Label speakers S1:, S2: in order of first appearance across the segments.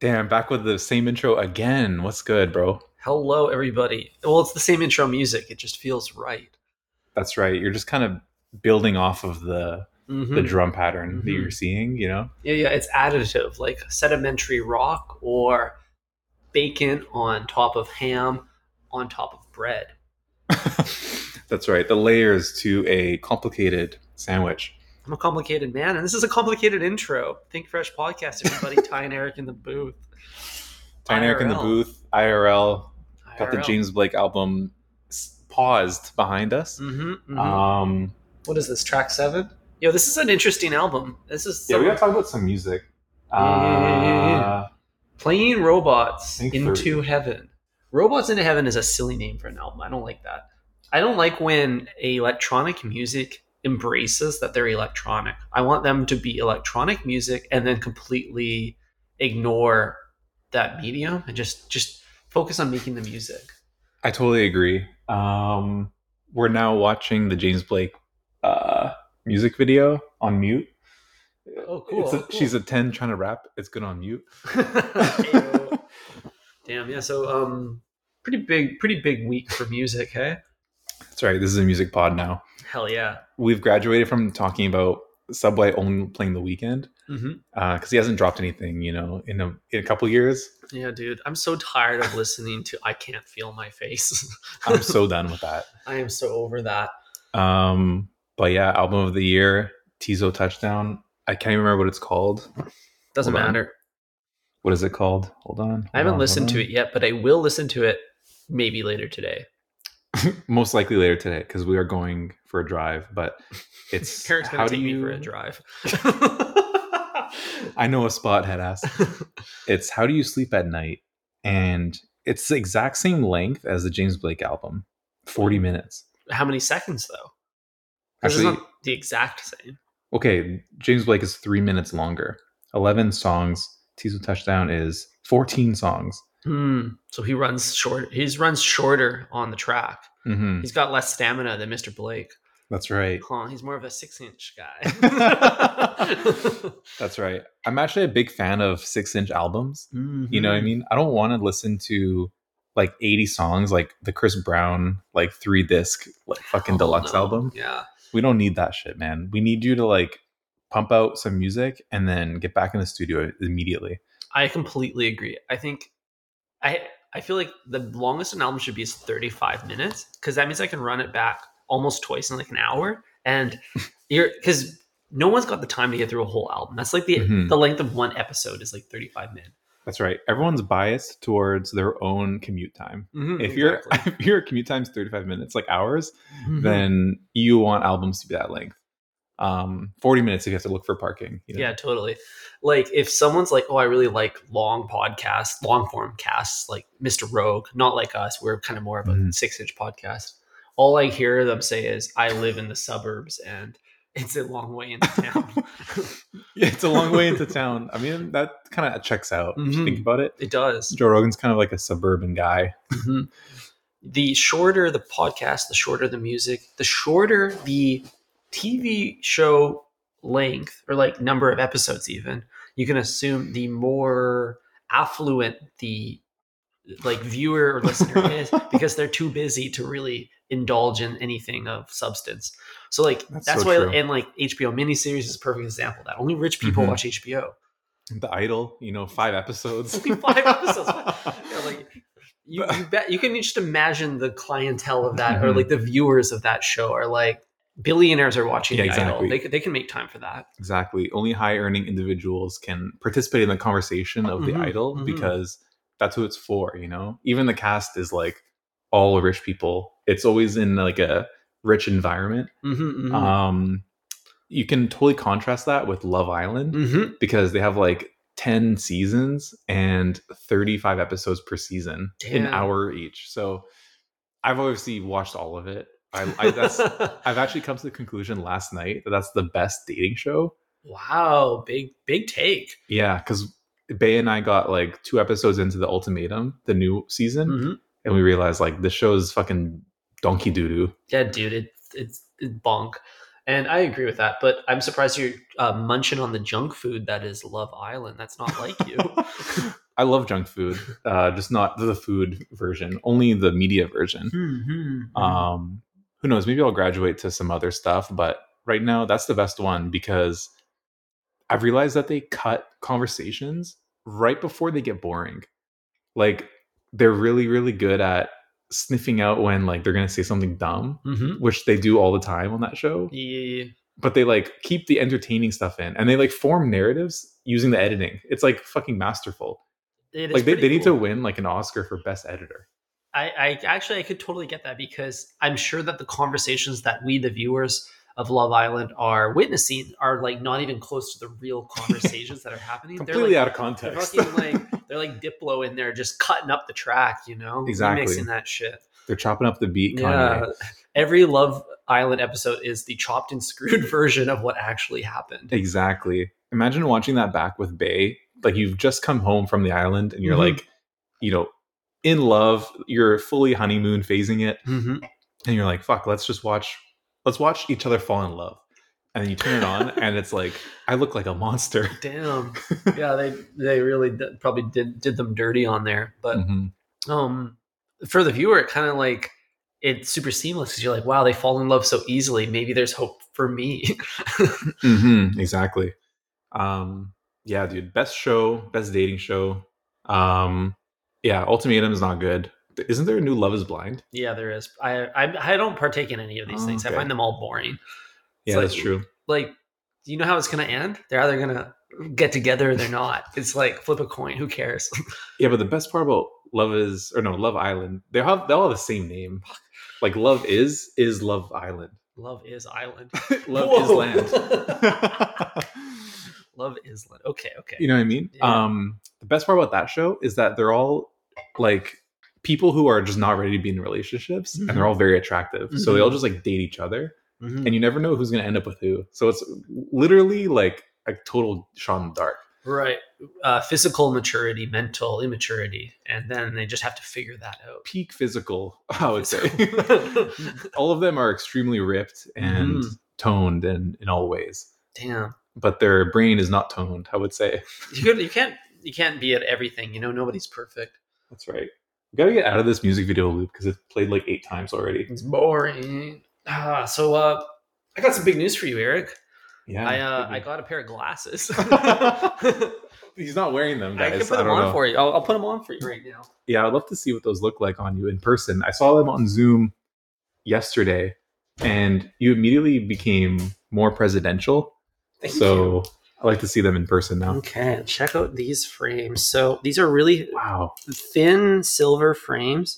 S1: Damn, back with the same intro again. What's good, bro?
S2: Hello, everybody. Well, it's the same intro music. It just feels right.
S1: That's right. You're just kind of building off of the
S2: Mhm.
S1: the drum pattern that
S2: Mhm.
S1: you're seeing, you know?
S2: yeah, yeah. It's additive, like sedimentary rock or bacon on top of ham on top of bread.
S1: That's right. The layers to a complicated sandwich.
S2: I'm a complicated man, and this is a complicated intro. Think Fresh Podcast, everybody. Ty and Eric in the booth.
S1: Tyne Eric in the
S2: IRL.
S1: booth, IRL, got the
S2: IRL.
S1: James Blake album s- paused behind us.
S2: Mhm, mhm.
S1: Um,
S2: what is this, track seven? Yo, this is an interesting album. This is
S1: yeah, we
S2: some-
S1: gotta talk about some music.
S2: Yeah.
S1: Uh,
S2: Playing Robots
S1: Think
S2: into Heaven. Robots into Heaven is a silly name for an album. I don't like that. I don't like when electronic music embraces that they're electronic. I want them to be electronic music and then completely ignore that medium and just just focus on making the music.
S1: I totally agree. Um, we're now watching the James Blake uh, music video on mute.
S2: Oh, cool,
S1: It's a,
S2: cool.
S1: She's a 10 trying to rap. It's good on mute.
S2: Ayo. Damn, yeah. So um pretty big pretty big week for music, hey?
S1: That's right. This is a music pod now.
S2: Hell yeah.
S1: We've graduated from talking about Subway only playing the weekend
S2: Mhm.
S1: because he hasn't dropped anything, you know, in a, in a couple years.
S2: Yeah, dude. I'm so tired of listening to I Can't Feel My Face.
S1: I'm so done with that.
S2: I am so over that.
S1: Um, but yeah, album of the year, Tizo Touchdown. I can't even remember what it's called.
S2: Doesn't
S1: Hold on.
S2: matter.
S1: What is it called? Hold on.
S2: I haven't listened to it yet, but I will listen to it maybe later today.
S1: most likely later today because we are going for a drive but it's
S2: Eric's gonna
S1: how
S2: take
S1: do you
S2: me for a drive.
S1: i know a spot head ass it's how do you sleep at night
S2: Mm-hmm.
S1: and it's the exact same length as the james blake album 40 minutes
S2: How many seconds though? Mm-hmm. This is
S1: actually
S2: not the exact same.
S1: okay james blake is three minutes longer 11 songs teaser touchdown is 14 songs
S2: Hmm. So he runs short. He's runs shorter on the track.
S1: hmm
S2: He's got less stamina than Mr. Blake.
S1: that's right
S2: Huh, he's more of a six-inch guy.
S1: that's right i'm actually a big fan of six inch albums You know what I
S2: Mm-hmm.
S1: mean? I don't want to listen to like 80 songs like the Chris Brown like 3 disc like fucking
S2: Hell
S1: deluxe
S2: Oh, no.
S1: album.
S2: Yeah.
S1: We don't need that shit, man. We need you to like pump out some music and then get back in the studio immediately.
S2: I completely agree. I think I I feel like the longest an album should be is 35 minutes because that means I can run it back almost twice in like an hour. And you're because no one's got the time to get through a whole album. That's like the
S1: Mhm.
S2: the length of one episode is like 35 minutes.
S1: That's right. Everyone's biased towards their own commute time.
S2: mm-hmm,
S1: If you're if your commute time's 35 minutes like hours, Mm-hmm. then you want albums to be that length. Um 40 minutes if you have to look for parking, you know?
S2: Yeah, totally. Like if someone's like, "Oh, I really like long podcasts, long form casts, like Mr. Rogue," not like us. We're kind of more of a
S1: Mhm.
S2: six inch podcast. All I hear them say is, "I live in the suburbs, and it's a long way into town."
S1: Yeah, it's a long way into town. I mean, that kind of checks out if you
S2: Mhm.
S1: think about it.
S2: it does.
S1: Joe Rogan's kind of like a suburban guy.
S2: Mhm. The shorter the podcast, the shorter the music, the shorter the TV show length or like number of episodes. Even you can assume the more affluent the like viewer or listener is because they're too busy to really indulge in anything of substance. So like
S1: That's
S2: that's,
S1: so
S2: why
S1: true.
S2: and like HBO miniseries is a perfect example of that. Only rich people
S1: Mhm.
S2: watch HBO.
S1: The Idol, you know, five episodes.
S2: Only five episodes. Yeah, like you, you bet you can just imagine the clientele of that or
S1: Mhm.
S2: like the viewers of that show are like billionaires are watching
S1: Yeah,
S2: the
S1: exactly.
S2: idol. They, c- they can make time for that.
S1: exactly. Only high earning individuals can participate in the conversation of the
S2: Mhm,
S1: Idol
S2: mhm.
S1: because that's who it's for, you know? Even the cast is like all rich people. It's always in like a rich environment.
S2: Mm-hmm,
S1: Um, you can totally contrast that with Love Island
S2: Mm-hmm. Mm.
S1: because they have like 10 seasons and 35 episodes per season an
S2: Damn.
S1: hour each so i've obviously watched all of it i, I that's i've actually come to the conclusion last night that that's the best dating show
S2: wow, big big take.
S1: yeah because bay and i got like two episodes into the ultimatum the new season
S2: Mhm.
S1: and we realized like this show is fucking donkey doo doo
S2: Yeah, dude, it, it's it's bonk. And I agree with that, but I'm surprised you're uh, munching on the junk food that is Love Island. That's not like you.
S1: I love junk food, uh, just not the food version, only the media version.
S2: Mm-hmm.
S1: Um, who knows? Maybe I'll graduate to some other stuff, but right now that's the best one because I've realized that they cut conversations right before they get boring. Like they're really, really good at sniffing out when like they're gonna say something dumb,
S2: hmm
S1: which they do all the time on that show.
S2: Yeah.
S1: But they like keep the entertaining stuff in and they like form narratives using the editing. It's like fucking masterful.
S2: It is
S1: like they,
S2: pretty
S1: they need
S2: cool.
S1: to win like an Oscar for best editor.
S2: I, I actually I could totally get that because I'm sure that the conversations that we the viewers of Love Island are witnessing are like not even close to the real conversations that are happening.
S1: Completely
S2: they're
S1: out
S2: like
S1: of
S2: they're
S1: context.
S2: fucking like they're like Diplo in there just cutting up the track, you know,
S1: Exactly.
S2: remixing that shit.
S1: they're chopping up the beat,
S2: Yeah,
S1: Kanye.
S2: every Love Island episode is the chopped and screwed version of what actually happened.
S1: Exactly. Imagine watching that back with Bay. Like you've just come home from the island and you're
S2: Mhm.
S1: like, you know, in love, you're fully honeymoon phasing it,
S2: Mm-hmm.
S1: and you're like, fuck, let's just watch let's watch each other fall in love. And then you turn it on and it's like, I look like a monster.
S2: Damn. yeah, they they really did, probably did did them dirty on there, but.
S1: Mhm.
S2: um for the viewer it kind of like it's super seamless 'cause you're like wow they fall in love so easily maybe there's hope for me
S1: Mm-hmm, exactly. Um, yeah, dude. Best show, best dating show. Um, yeah, Ultimatum is not good. Isn't there a new Love is Blind?
S2: yeah there is I, I i don't partake in any of these things i
S1: Okay.
S2: find them all boring It's
S1: Yeah,
S2: like-
S1: that's true.
S2: like do you know how it's gonna end they're either gonna get together or they're not it's like flip a coin who cares
S1: Yeah, but the best part about Love is or no Love Island, they have they all have the same name. Like Love is is Love Island.
S2: love is island
S1: Love
S2: Whoa.
S1: is land.
S2: love is land okay okay
S1: you know what I mean?
S2: Yeah.
S1: Um, the best part about that show is that they're all like people who are just not ready to be in relationships, and they're all very attractive. So they all just like date each other.
S2: Mhm.
S1: and you never know who's going to end up with who. So it's literally like a total shot in the dark.
S2: right uh, physical maturity mental immaturity and then they just have to figure that out
S1: Peak physical, I would say. all of them are extremely ripped and
S2: Mhm.
S1: toned in, in all ways,
S2: damn
S1: but their brain is not toned, I would say.
S2: you, could, you can't you can't be at everything you know nobody's perfect
S1: That's right. We got to get out of this music video loop because it's played like eight times already.
S2: it's boring ah, so uh i got some big news for you eric
S1: Yeah.
S2: i uh i got a pair of glasses
S1: He's not wearing them,
S2: i
S1: guys. I,
S2: can put them
S1: don't
S2: on
S1: know.
S2: for you I'll, I'll put them on for you right now
S1: yeah, I'd love to see what those look like on you in person. I saw them on Zoom yesterday, and you immediately became more presidential.
S2: Thank
S1: so I like to see them in person
S2: you.
S1: now.
S2: okay check out these frames so these are really
S1: Wow.
S2: thin silver frames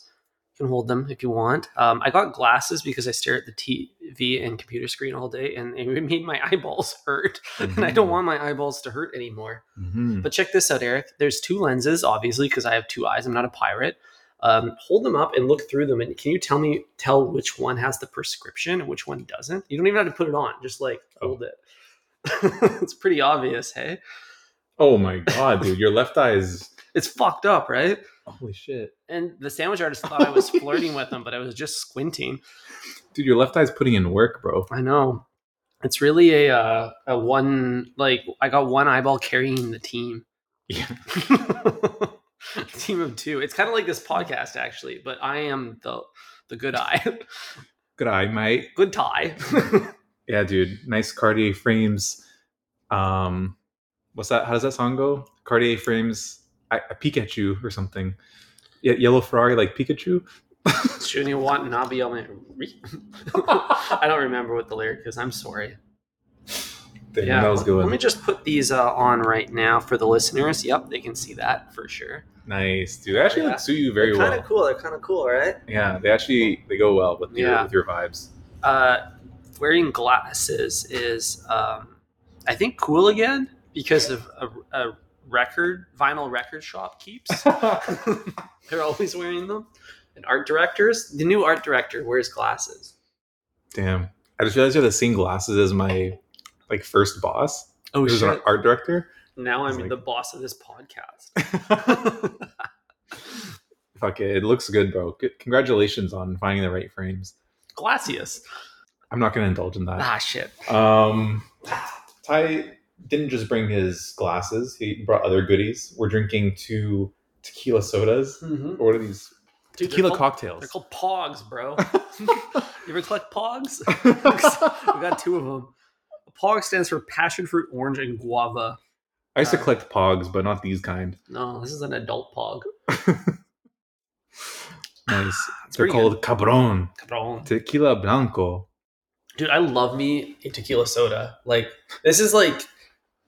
S2: you can hold them if you want um, i got glasses because i stare at the tv and computer screen all day and it made my eyeballs hurt and i
S1: Mm.
S2: don't want my eyeballs to hurt anymore
S1: Mhm.
S2: But check this out, Eric. There's two lenses, obviously, because I have two eyes. I'm not a pirate. Um, hold them up and look through them, and can you tell me tell which one has the prescription and which one doesn't? You don't even have to put it on; just like
S1: Oh.
S2: hold it. it's pretty obvious, hey?
S1: Oh my god, dude! Your left eye is
S2: It's fucked up, right?
S1: holy shit,
S2: And the sandwich artist thought I was flirting with him, but I was just squinting.
S1: dude! Your left eye's putting in work, bro.
S2: I know. It's really a uh, a one like I got one eyeball carrying the team.
S1: Yeah.
S2: team of two. It's kind of like this podcast actually, but I am the the good eye,
S1: Good eye, mate.
S2: good tie.
S1: Yeah, dude. Nice Cartier frames. Um, what's that? How does that song go? Cartier frames. I, I Pikachu or something. Ye- yellow Ferrari like Pikachu.
S2: Shouldn't you want Nabi on my? re- I don't remember what the lyric is. I'm sorry.
S1: Damn, that was a good.
S2: Let
S1: one.
S2: me just put these uh, on right now for the listeners. Yep, they can see that for sure.
S1: Nice, dude. They actually
S2: Yeah.
S1: like, suit you very
S2: kind
S1: well.
S2: of cool. They're kind of cool, right?
S1: Yeah, they actually they go well with your
S2: Yeah.
S1: with your vibes.
S2: Uh, wearing glasses is, um, I think, cool again because of a, a record vinyl record shop keeps. They're always wearing them. And art directors, the new art director wears glasses.
S1: Damn, I just realized you had the same glasses as my like first boss.
S2: Oh
S1: Who's an art director.
S2: Now I'm
S1: It's like-
S2: the boss of this podcast.
S1: Fuck it, it looks good, bro. Good. Congratulations on finding the right frames.
S2: Glacius.
S1: I'm not going to indulge in that.
S2: Ah, shit.
S1: Um, Ty didn't just bring his glasses; he brought other goodies. We're drinking two tequila sodas.
S2: Mm-hmm. Dude,
S1: Or What are these
S2: they're
S1: tequila
S2: called- They're
S1: cocktails?
S2: called pogs, bro. you ever collect pogs? we got two of them. Pog stands for passion fruit, orange, and guava.
S1: I used to
S2: uh,
S1: collect pogs, but not these kind.
S2: No, this is an adult pog.
S1: Nice.
S2: It's
S1: They're
S2: pretty
S1: called cabron
S2: good. Cabron.
S1: tequila blanco.
S2: Dude, I love me a tequila soda. Like this is like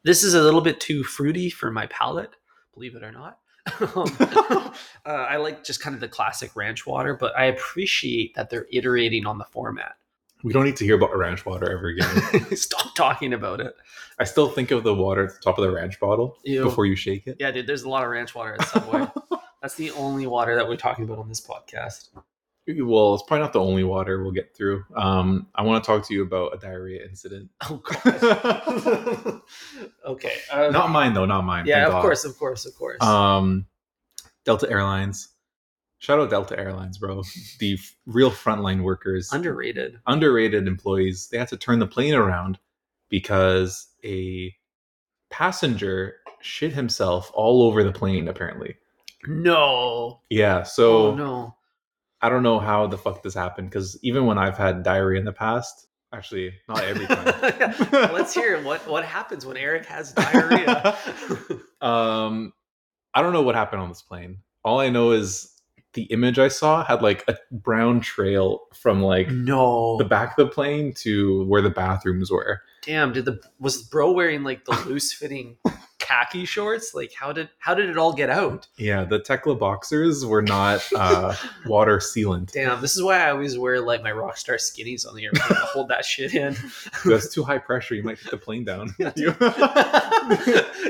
S2: this is a little bit too fruity for my palate, believe it or not. Um, uh, I like just kind of the classic ranch water, but I appreciate that they're iterating on the format.
S1: We don't need to hear about ranch water ever again.
S2: Stop talking about it.
S1: I still think of the water at the top of the ranch bottle
S2: Ew.
S1: before you shake it.
S2: Yeah, dude, there's a lot of ranch water at Subway. That's the only water that we're talking about on this podcast.
S1: Well, it's probably not the only water we'll get through. Um, I want to talk to you about a diarrhea incident.
S2: Oh god. okay. Uh,
S1: Not mine though, not mine.
S2: yeah,
S1: thank
S2: of
S1: God.
S2: course, of course, of course.
S1: Um, Delta Airlines. Shout out Delta Airlines, bro. The f- real frontline workers,
S2: Underrated.
S1: underrated employees. They had to turn the plane around because a passenger shit himself all over the plane. Apparently,
S2: No.
S1: yeah. So
S2: oh no.
S1: I don't know how the fuck this happened because even when I've had diarrhea in the past, actually not every time.
S2: Let's hear what what happens when Eric has diarrhea.
S1: um, I don't know what happened on this plane. All I know is the image I saw had like a brown trail from like
S2: no.
S1: the back of the plane to where the bathrooms were.
S2: Damn, did the was bro wearing like the loose fitting khaki shorts? Like how did how did it all get out?
S1: Yeah, the Tekla boxers were not uh, water sealant.
S2: Damn, this is why I always wear like my rockstar skinnies on the airplane to hold that shit in.
S1: That's too high pressure. You might hit the plane down. you,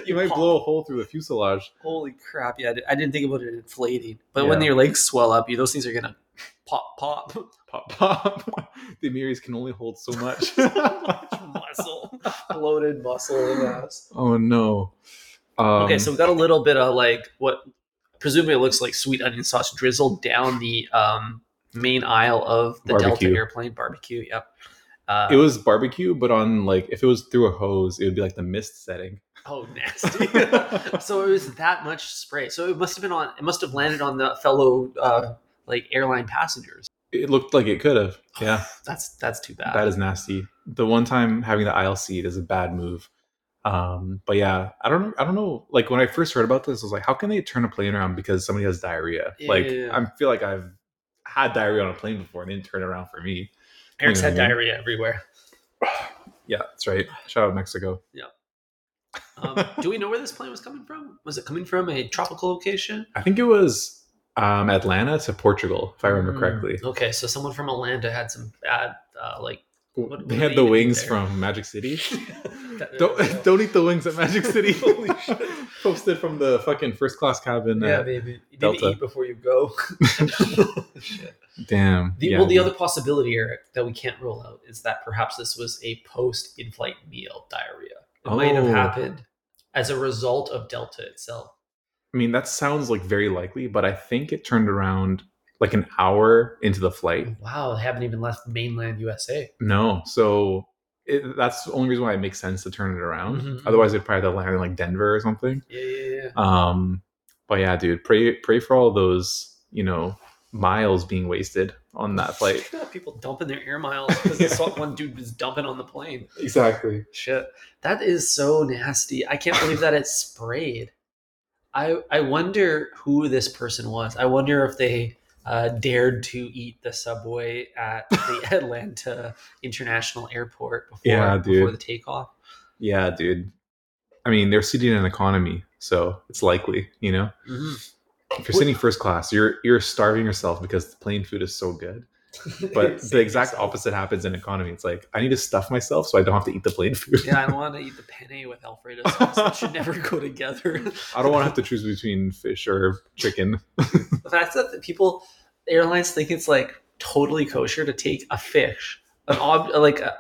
S1: you might
S2: pop.
S1: blow a hole through the fuselage.
S2: Holy crap! Yeah, I di- I didn't think about it inflating, but when
S1: Yeah.
S2: your legs swell up, you those things are gonna pop, pop,
S1: Pop, pop. the Amiris can only hold so much.
S2: muscle, bloated muscle in the ass.
S1: oh no. Um,
S2: okay, so we got a little bit of like what presumably looks like sweet onion sauce drizzled down the um, main aisle of the
S1: Barbecue.
S2: Delta airplane barbecue. Yep. Uh,
S1: it was barbecue, but on like if it was through a hose, it would be like the mist setting.
S2: oh, nasty. so it was that much spray. So it must have been on. It must have landed on the fellow uh, like airline passengers.
S1: It looked like it could have. Yeah,
S2: That's that's too bad.
S1: that is nasty. The one time having the aisle seat is a bad move. Um, but yeah, I don't, I don't know. Like when I first heard about this, I was like, how can they turn a plane around because somebody has diarrhea? Like
S2: Yeah.
S1: I feel like I've had diarrhea on a plane before and they didn't turn around for me.
S2: Eric's had
S1: Yeah.
S2: diarrhea everywhere.
S1: Yeah, that's right. Shout out Mexico.
S2: Um, do we know where this plane was coming from? Was it coming from a tropical location?
S1: I think it was um, Atlanta to Portugal, if I remember
S2: Hmm.
S1: correctly.
S2: Okay, so someone from Atlanta had some bad uh, like What- what
S1: they
S2: do
S1: had
S2: they
S1: the
S2: even eat
S1: wings
S2: there?
S1: from Magic City.
S2: That-
S1: don't don't eat the wings at Magic City.
S2: Holy shit.
S1: Posted from the fucking first class cabin.
S2: Yeah,
S1: at-
S2: baby. You need
S1: Delta.
S2: to eat before you go. Shit.
S1: damn.
S2: The,
S1: yeah,
S2: well, the other possibility, Eric, that we can't rule out is that perhaps this was a post-in-flight meal diarrhea. It might have
S1: Oh.
S2: happened as a result of Delta itself.
S1: I mean, that sounds like very likely, but I think it turned around like an hour into the flight.
S2: Wow, they haven't even left mainland USA.
S1: No, so it, that's the only reason why it makes sense to turn it around.
S2: Mhm.
S1: Otherwise, it'd probably have to land in like Denver or something.
S2: Yeah, yeah, yeah.
S1: Um, but yeah, dude, pray pray for all those you know miles being wasted on that flight.
S2: People dumping their air miles because
S1: Yeah.
S2: they saw one dude was dumping on the plane.
S1: Exactly.
S2: Shit, that is so nasty. I can't believe that it's sprayed. I I wonder who this person was. I wonder if they uh, dared to eat the subway at the Atlanta International Airport before
S1: Yeah,
S2: before
S1: dude.
S2: the takeoff.
S1: Yeah, dude. I mean, they're sitting in economy, so it's likely, you know.
S2: Mm-hmm.
S1: If you're sitting first class, you're you're starving yourself because the plane food is so good. But the exact opposite happens in economy. It's like I need to stuff myself so I don't have to eat the plane food.
S2: Yeah, I don't want to eat the penne with Alfredo sauce. It should never go together.
S1: I don't want to have to choose between fish or chicken.
S2: The fact that the people, airlines think it's like totally kosher to take a fish, an ob, like a,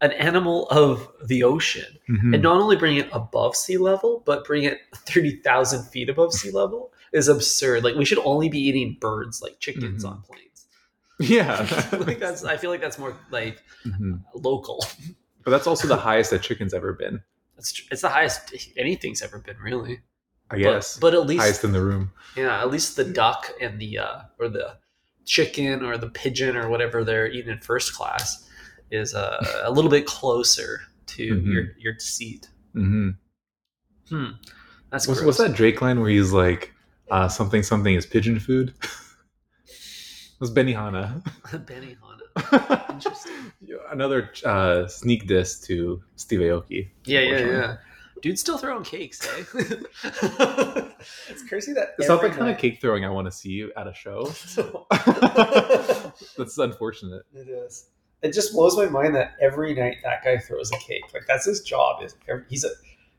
S2: an animal of the ocean,
S1: Mm-hmm. Hmm.
S2: and not only bring it above sea level, but bring it 30,000 feet above sea level is absurd. Like, we should only be eating birds like chickens
S1: Mhm.
S2: on planes.
S1: Yeah.
S2: like that's I feel like that's more like
S1: Mhm.
S2: local.
S1: But that's also the highest that chicken's ever been,
S2: That's tr- it's the highest anything's ever been really.
S1: I guess.
S2: But, but at least
S1: highest in the room.
S2: yeah, at least the duck and the uh or the chicken or the pigeon or whatever they're eating in first class is uh, a little bit closer to
S1: Mhm.
S2: your your seat.
S1: hmm
S2: Hmm. That's
S1: What's,
S2: gross.
S1: what's that Drake line where he's like, uh, something, something is pigeon food? That's Benihana.
S2: Benihana. Interesting.
S1: Another uh, sneak diss to Steve Aoki.
S2: Yeah, yeah,
S1: Unfortunately.
S2: yeah. Dude's still throwing cakes, eh? it's crazy that
S1: It's not the kind of cake throwing I want to see at a show.
S2: cake.
S1: That's unfortunate.
S2: It is. It just blows my mind that every night that guy throws a cake. Like that's his job. Is every- he's a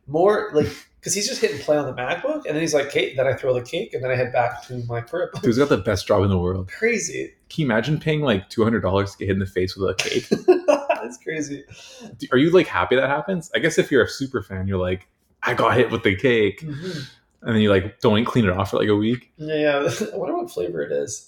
S2: more like because he's just hitting play on the MacBook, and then he's like, "Kate," then I throw the cake, and then I head back to my crib.
S1: Dude's got the best job in the world.
S2: crazy.
S1: Can you imagine paying like two hundred dollars to get hit in the face with a cake?
S2: it's crazy.
S1: Do- Are you like happy that happens? I guess if you're a super fan, you're like, I got hit with the cake,
S2: Mhm.
S1: and then you like don't clean it off for like a week.
S2: Yeah, yeah. I wonder what flavor it is.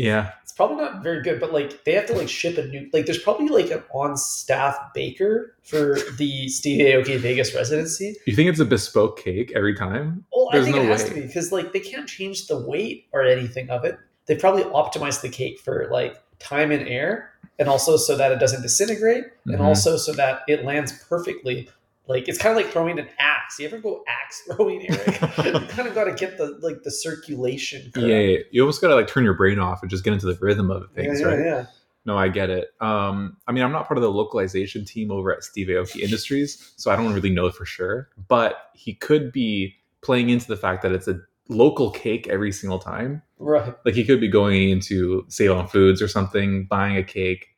S1: Yeah,
S2: It's probably not very good, but like they have to like ship a new like. There's probably like an on-staff baker for the Steve Aoki Vegas residency.
S1: you think it's a bespoke cake every time?
S2: Well,
S1: There's
S2: I think
S1: no
S2: it has
S1: way.
S2: to be because like they can't change the weight or anything of it. They probably optimized the cake for like time and air, and also so that it doesn't disintegrate, and
S1: Mhm.
S2: also so that it lands perfectly. Like it's kind of like throwing an axe. You ever go axe throwing, Eric? you kind of got to get the like the circulation.
S1: Yeah,
S2: correct.
S1: yeah, yeah. you almost gotta like turn your brain off and just get into the rhythm of
S2: yeah,
S1: things,
S2: yeah,
S1: right?
S2: yeah.
S1: No, I get it. Um, I mean, I'm not part of the localization team over at Steve Aoki Industries, so I don't really know for sure. But he could be playing into the fact that it's a local cake every single time.
S2: Right.
S1: Like he could be going into Save on Foods or something, buying a cake,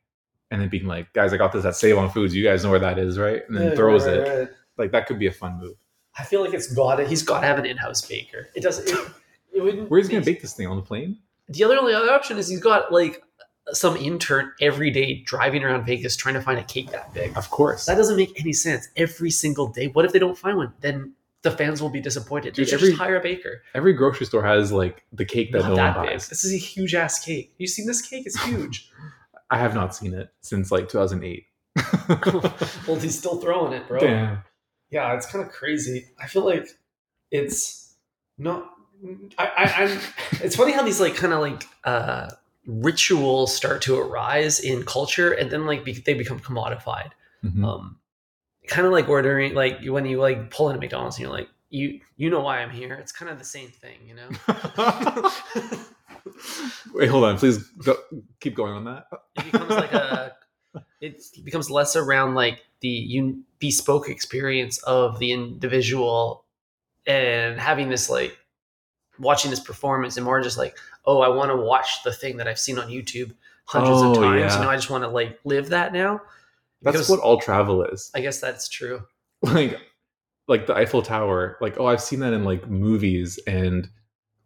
S1: and then being like, "Guys, I got this at Save on Foods. You guys know where that is, right?" And then
S2: Yeah,
S1: throws
S2: right,
S1: it.
S2: right, right.
S1: Like that could be a fun move.
S2: I feel like it's got to He's got to have an in-house baker. It doesn't. It, it wouldn't.
S1: Where's he gonna
S2: make-
S1: bake this thing on the plane?
S2: The other only other option is he's got like some intern every day driving around Vegas trying to find a cake that big.
S1: Of course.
S2: That doesn't make any sense. Every single day. What if they don't find one? Then the fans will be disappointed.
S1: Dude,
S2: they should
S1: every-
S2: just hire a baker.
S1: Every grocery store has like the cake that
S2: Not
S1: no
S2: that
S1: one
S2: big.
S1: buys.
S2: This is a huge ass cake. You seen this cake? It's huge.
S1: I have not seen it since like 2008.
S2: well, he's still throwing it, bro.
S1: Damn.
S2: Yeah, it's kind of crazy. I feel like it's not. I, I, I'm. It's funny how these like kind of like uh rituals start to arise in culture, and then like be, they become commodified.
S1: Mhm.
S2: um kind of like ordering like when you like pull into mcdonald's and you're like you you know why i'm here it's kind of the same thing you know
S1: Wait, hold on. Please go, keep going on that.
S2: it becomes like a it becomes less around like the un- bespoke experience of the individual and having this like watching this performance and more just like oh i want to watch the thing that i've seen on youtube hundreds of
S1: Oh,
S2: times
S1: yeah.
S2: you know i just want to like live that now
S1: That's
S2: Because
S1: what all travel is.
S2: i guess that's true
S1: Like, like the Eiffel Tower. Like, oh, I've seen that in like movies and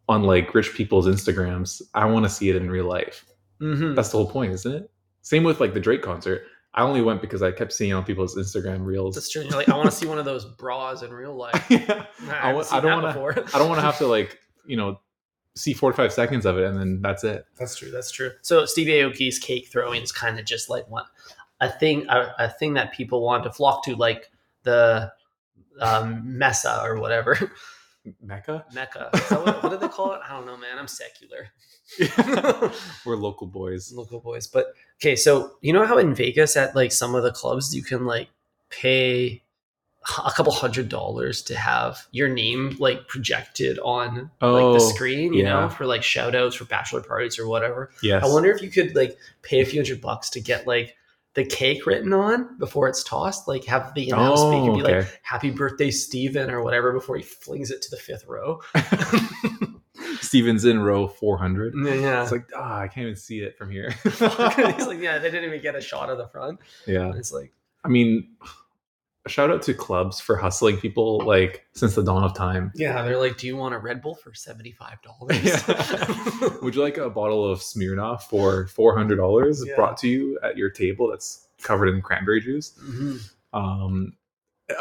S1: on like rich people's Instagrams. I want to see it in real life.
S2: mm-hmm.
S1: That's the whole point, isn't it? Same with like the Drake concert. I only went because I kept seeing it on people's Instagram reels.
S2: that's true you're like i want to see one of those bras in real life
S1: Yeah.
S2: I,
S1: wa-
S2: haven't seen
S1: I don't
S2: that
S1: want to.
S2: before.
S1: I don't want to have to like you know see forty five seconds of it and then that's it.
S2: That's true. That's true. So Steve Aoki's cake throwing is kind of just like one a thing a, a thing that people want to flock to, like the um, Mesa or whatever
S1: Mecca.
S2: Mecca. Is that what, what do they call it? I don't know, man. I'm secular.
S1: We're local boys.
S2: Local boys, but okay. So you know how in Vegas at like some of the clubs you can like pay a couple hundred dollars to have your name like projected on like
S1: Oh,
S2: the screen, you
S1: yeah.
S2: know, for like shout outs for bachelor parties or whatever.
S1: Yes.
S2: I wonder if you could like pay a few hundred bucks to get like the cake written on before it's tossed. Like have the in-house
S1: Oh,
S2: speaker be
S1: okay.
S2: like "Happy birthday, Steven or whatever before he flings it to the fifth row.
S1: Steven's in row 400.
S2: Mm, Yeah,
S1: It's like, ah, I can't even see it from here.
S2: he's like, yeah, they didn't even get a shot of the front.
S1: yeah.
S2: And it's like,
S1: I mean, a shout out to clubs for hustling people like since the dawn of time.
S2: yeah, they're like, do you want a Red Bull for seventy five dollars?
S1: Yeah. Would you like a bottle of Smirnoff for $400
S2: Yeah.
S1: brought to you at your table that's covered in cranberry juice?
S2: Mm-hmm.
S1: Um,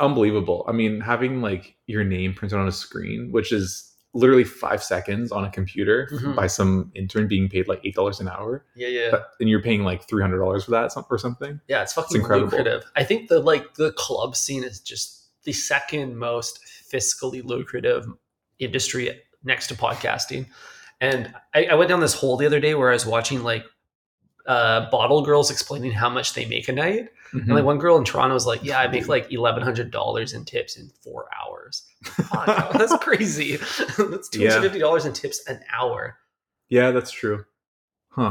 S1: unbelievable. I mean, having like your name printed on a screen, which is literally five seconds on a computer
S2: Mhm.
S1: by some intern being paid like eight dollars an hour,
S2: Yeah, yeah.
S1: but- and you're paying like three hundred dollars for that some- or something.
S2: Yeah, it's fucking
S1: incredible.
S2: lucrative. I think the like the club scene is just the second most fiscally lucrative industry next to podcasting. And I, I went down this hole the other day where I was watching like uh, bottle girls explaining how much they make a night.
S1: Hmm.
S2: And like one girl in Toronto was like, "Yeah, I make like eleven hundred dollars in tips in four hours. Fuck, that's crazy. that's two
S1: Yeah.
S2: hundred fifty dollars in tips an hour.
S1: Yeah, that's true.
S2: Mm.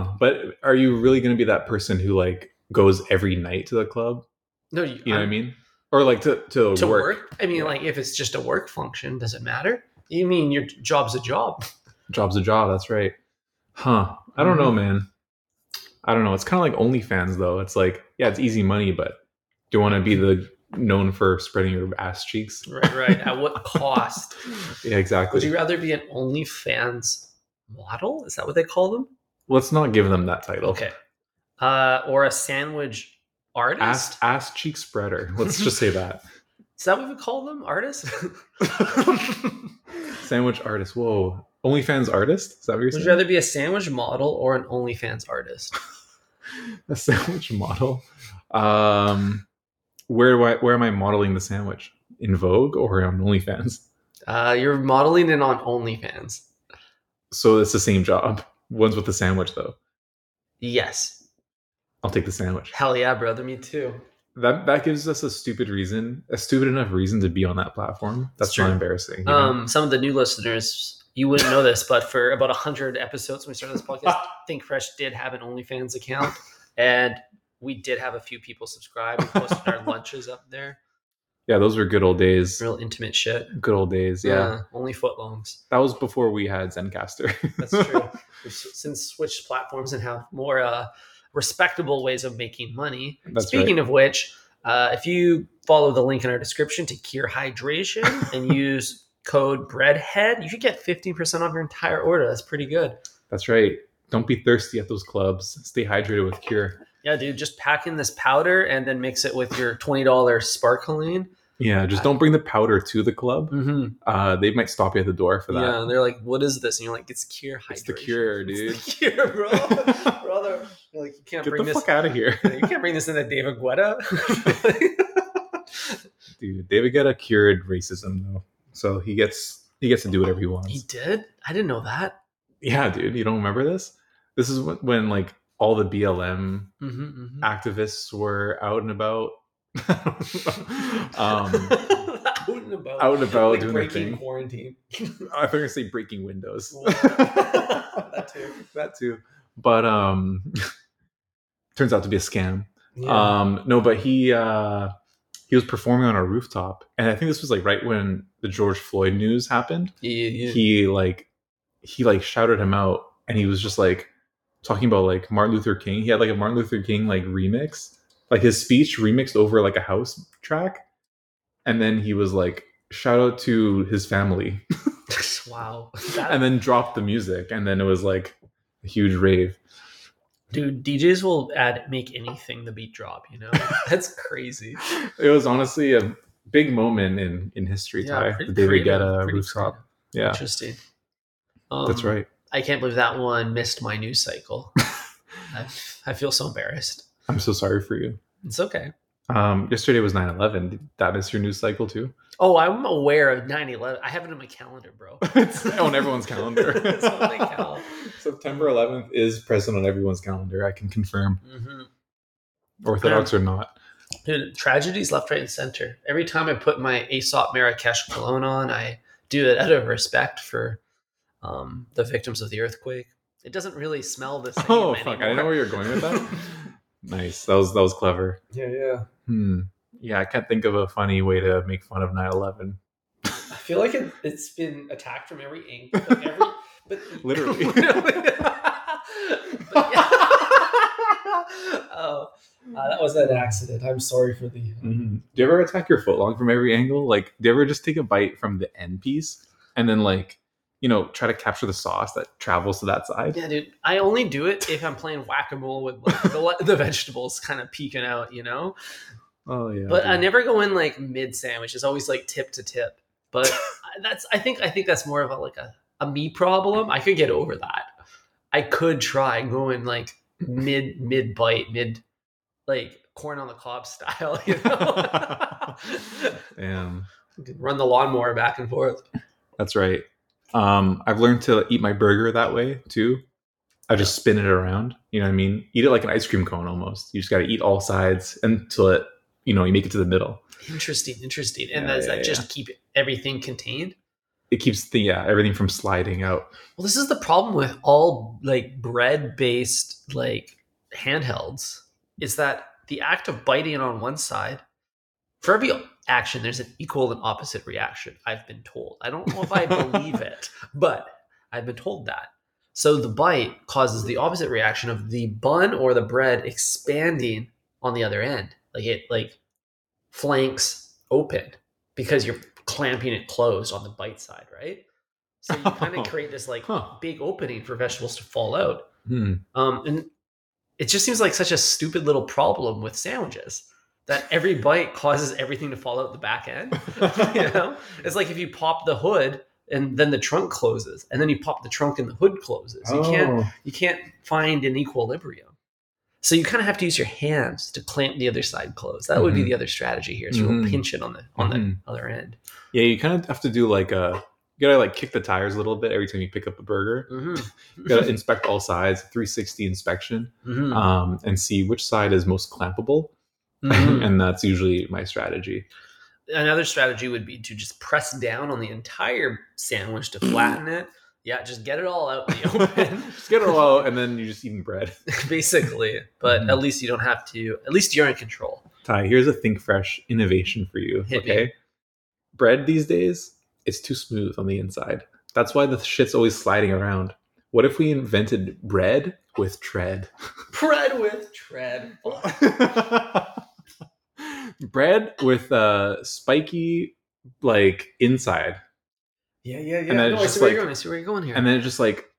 S1: Huh. But are you really going to be that person who like goes every night to the club?
S2: No, you,
S1: You know
S2: I'm-
S1: what I mean? Or like to to,
S2: to work.
S1: work.
S2: I mean,
S1: Yeah.
S2: like if it's just a work function, does it matter? You mean your job's a job?
S1: Job's a job. That's right. Huh. I don't know,
S2: Mhm.
S1: man. I don't know. It's kind of like OnlyFans though. It's like yeah, it's easy money, but do you want to be the known for spreading your ass cheeks?
S2: Right, right. At what cost?
S1: Yeah, exactly.
S2: Would you rather be an OnlyFans model? Is that what they call them?
S1: Let's not give them that title.
S2: Okay. Uh, or a sandwich artist?
S1: Ass ass cheek spreader. Let's just say that.
S2: Is that what we call them? Artist?
S1: Sandwich artist. Whoa. OnlyFans artist? Is that what you're
S2: Would
S1: saying?
S2: you rather be a sandwich model or an OnlyFans artist?
S1: a sandwich model. Um, where do I where am I modeling the sandwich? In Vogue or on OnlyFans?
S2: Uh, you're modeling it on OnlyFans.
S1: So it's the same job. One's with the sandwich though.
S2: Yes.
S1: I'll take the sandwich.
S2: Hell yeah, brother. Me too.
S1: That that gives us a stupid reason, a stupid enough reason to be on that platform. That's
S2: It's
S1: not
S2: true.
S1: embarrassing. you know?
S2: Um, some of the new listeners, you wouldn't know this, but for about hundred episodes when we started this podcast, Think Fresh did have an OnlyFans account, and we did have a few people subscribe. We posted our lunches up there,
S1: yeah, those were good old days.
S2: real intimate shit. Uh,
S1: Good old days. Yeah.
S2: only footlongs.
S1: That was before we had Zencaster.
S2: That's true. We've s- since switched platforms and have more uh, respectable ways of making money.
S1: That's
S2: Speaking of which, uh, if you follow the link in our description to Cure Hydration and use code BREADHEAD, you should get 15% off your entire order. That's pretty good.
S1: That's right. Don't be thirsty at those clubs. Stay hydrated with Cure.
S2: Yeah, dude, just pack in this powder and then mix it with your $20 sparkling.
S1: Yeah, just don't bring the powder to the club.
S2: Mm-hmm.
S1: Uh, they might stop you at the door for that.
S2: Yeah, and they're like, what is this? And you're like, it's Cure Hydration.
S1: It's the cure, dude.
S2: It's the cure, bro. Brother, you're like, you
S1: Get
S2: can't
S1: the
S2: bring this.
S1: fuck out of here,
S2: You can't bring this into David Guetta.
S1: dude. David Guetta cured racism though, so he gets he gets to do whatever he
S2: He
S1: wants.
S2: did? I didn't know that.
S1: Yeah, dude. You don't remember this? This is when, when like all the BLM
S2: Mm-hmm,
S1: activists were out and about, um,
S2: out and about.
S1: out and about
S2: like
S1: doing their
S2: breaking
S1: thing.
S2: quarantine.
S1: I think I say breaking windows.
S2: that too.
S1: that too. But um, turns out to be a scam.
S2: Yeah.
S1: Um, no, but he uh, he was performing on a rooftop, and I think this was like right when the George Floyd news happened.
S2: yeah, yeah.
S1: He like he like shouted him out, and he was just like talking about like Martin Luther King. He had like a Martin Luther King like remix, like his speech remixed over like a house track, and then he was like shout out to his family,
S2: wow.
S1: and then dropped the music, and then it was like a huge rave.
S2: Dude, DJs will add make anything the beat drop, you know? That's crazy.
S1: It was honestly a big moment in in history. Ty, the David
S2: creative,
S1: Guetta
S2: pretty
S1: rooftop.
S2: creative.
S1: Yeah,
S2: Interesting. Um,
S1: that's right.
S2: I can't believe that one missed my news cycle. I, I feel so embarrassed.
S1: I'm so sorry for you.
S2: It's okay.
S1: Um, yesterday was 9/11. Did that miss your news cycle too?
S2: Oh, I'm aware of 9 11. I have it in my calendar, bro.
S1: it's on everyone's calendar.
S2: It's on my calendar.
S1: September 11th is present on everyone's calendar. I can confirm,
S2: hmm
S1: Orthodox or not.
S2: Dude, tragedies left, right, and center. Every time I put my Aesop Marrakesh cologne on, I do it out of respect for um, the victims of the earthquake. It doesn't really smell the same.
S1: Oh
S2: anymore.
S1: fuck! I didn't know where you're going with that. nice. That was that was clever.
S2: yeah, yeah.
S1: Hmm. Yeah, I can't think of a funny way to make fun of 9/11.
S2: I feel like it, it's been attacked from every angle. But every, but
S1: Literally.
S2: But yeah. oh, uh, that was an accident. I'm sorry for the.
S1: Mhm. Do you ever attack your foot long from every angle? Like, do you ever just take a bite from the end piece and then, like, you know, try to capture the sauce that travels to that side?
S2: Yeah, dude. I only do it if I'm playing whack a mole with like, the, the vegetables kind of peeking out, you know.
S1: Oh yeah.
S2: But
S1: dude.
S2: I never go in like mid sandwich. It's always like tip to tip. But that's I think I think that's more of a like a, a me problem. I could get over that. I could try going like mid mid bite mid like corn on the cob style. You know,
S1: Damn.
S2: run the lawnmower back and forth.
S1: That's right. Um, I've learned to eat my burger that way too. I just spin it around. You know what I mean? Eat it like an ice cream cone almost. You just got to eat all sides until it, you know, you make it to the middle.
S2: Interesting, interesting. And
S1: Yeah,
S2: does
S1: yeah,
S2: that just keep everything contained?
S1: It keeps the yeah everything from sliding out.
S2: Well, this is the problem with all like bread based like handhelds is that the act of biting it on one side, for every action, there's an equal and opposite reaction. I've been told. I don't know if I believe it, but I've been told that. So the bite causes the opposite reaction of the bun or the bread expanding on the other end. Like it like flanks open because you're clamping it closed on the bite side, right? So you kind of create this like
S1: Huh.
S2: big opening for vegetables to fall out.
S1: Hmm.
S2: Um, and it just seems like such a stupid little problem with sandwiches that every bite causes everything to fall out the back end. you know, it's like if you pop the hood and then the trunk closes, and then you pop the trunk and the hood closes. You can't
S1: Oh.
S2: you can't find an equilibrium. So you kind of have to use your hands to clamp the other side closed. That would be
S1: Mhm.
S2: the other strategy here. So
S1: Mhm.
S2: you'll pinch it on the on
S1: Mhm.
S2: the other end.
S1: Yeah, you kind of have to do like a. You gotta like kick the tires a little bit every time you pick up a burger. You gotta inspect all sides, 360 inspection,
S2: Mhm.
S1: um, and see which side is most clampable.
S2: Mhm.
S1: and that's usually my strategy.
S2: another strategy would be to just press down on the entire sandwich to flatten it. Yeah, just get it all out in the open,
S1: just get it all out, and then you're just eating bread.
S2: basically. But
S1: Mhm.
S2: at least you don't have to. At least you're in control.
S1: Ty, here's a Think Fresh innovation for you.
S2: Hit me.
S1: okay. Bread these days, it's too smooth on the inside. That's why the shit's always sliding around. What if we invented bread with tread?
S2: Tread with tread.
S1: bread with uh, spiky like inside.
S2: Yeah, yeah, yeah.
S1: And then
S2: no,
S1: it's
S2: I
S1: just
S2: see where
S1: like-
S2: you're going. I see where you're going here.
S1: And then it just like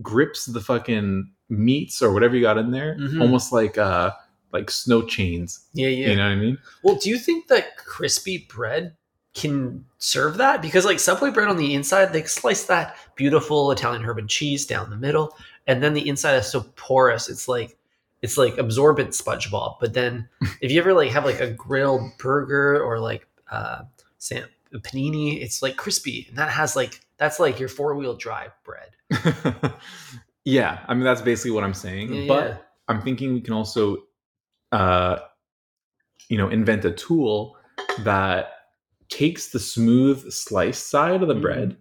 S1: grips the fucking meats or whatever you got in there,
S2: Mhm.
S1: almost like uh like snow chains.
S2: yeah, yeah.
S1: You know what I mean?
S2: Well, do you think that crispy bread can serve that? Because like Subway bread on the inside, they slice that beautiful Italian herb and cheese down the middle, and then the inside is so porous, it's like it's like absorbent SpongeBob. But then if you ever like have like a grilled burger or like uh, sam- panini, it's like crispy, and that has like that's like your four wheel drive bread.
S1: yeah, I mean that's basically what I'm saying.
S2: Yeah,
S1: but
S2: yeah.
S1: I'm thinking we can also, uh, you know, invent a tool that takes the smooth sliced side of the
S2: Mm.
S1: bread,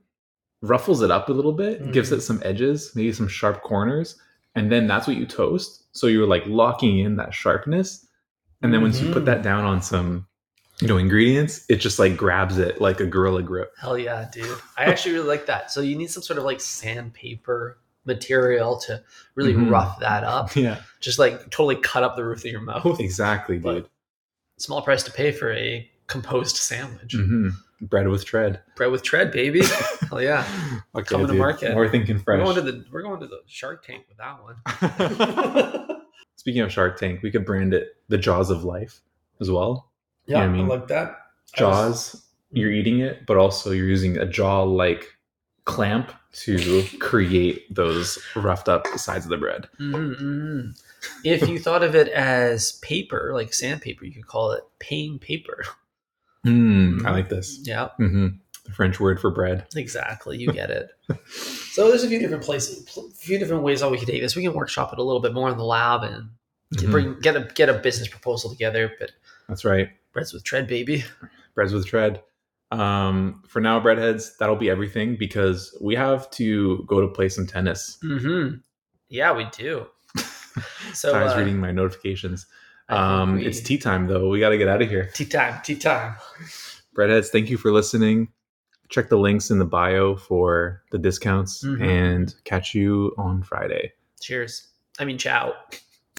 S1: ruffles it up a little bit, gives
S2: Mm.
S1: it some edges, maybe some sharp corners, and then that's what you toast. So you're like locking in that sharpness, and then once you put
S2: Mhm.
S1: that down on some, you know, ingredients, it just like grabs it like a gorilla grip.
S2: Hell yeah, dude. I actually really like that. So you need some sort of like sandpaper material to really
S1: Mhm.
S2: rough that up.
S1: Yeah,
S2: Just like totally cut up the roof of your mouth.
S1: exactly, dude.
S2: But- Small price to pay for a composed sandwich.
S1: Mhm. Bread with tread.
S2: Bread with tread, baby. Hell yeah.
S1: Okay,
S2: Coming to market.
S1: We're thinking
S2: We're
S1: fresh.
S2: going to the we're going to the Shark Tank with that one.
S1: Speaking of Shark Tank, we could brand it the Jaws of Life as well. Yeah, I mean,
S2: like that. I was-
S1: Jaws, you're eating it, but also you're using a jaw like clamp to create those roughed up sides of the bread.
S2: Mhm, mhm. If you thought of it as paper, like sandpaper, you could call it pain paper.
S1: Mm, I like this.
S2: Yeah.
S1: hmm The French word for bread.
S2: Exactly, you get it. so there's a few different places, a few different ways that we could take this. We can workshop it a little bit more in the lab and get-
S1: Mhm.
S2: bring get a get a business proposal together. But
S1: That's right.
S2: breads with tread, baby.
S1: Breads with tread. Um, for now, breadheads, that'll be everything because we have to go to play some tennis.
S2: Mm-hmm. Yeah, we do. So
S1: Ty's
S2: uh,
S1: reading my notifications.
S2: I think
S1: Um,
S2: we-
S1: It's tea time though. We got to get out of here.
S2: tea time, tea time.
S1: Breadheads, thank you for listening. Check the links in the bio for the discounts
S2: Mhm.
S1: and catch you on Friday.
S2: Cheers. I mean, ciao.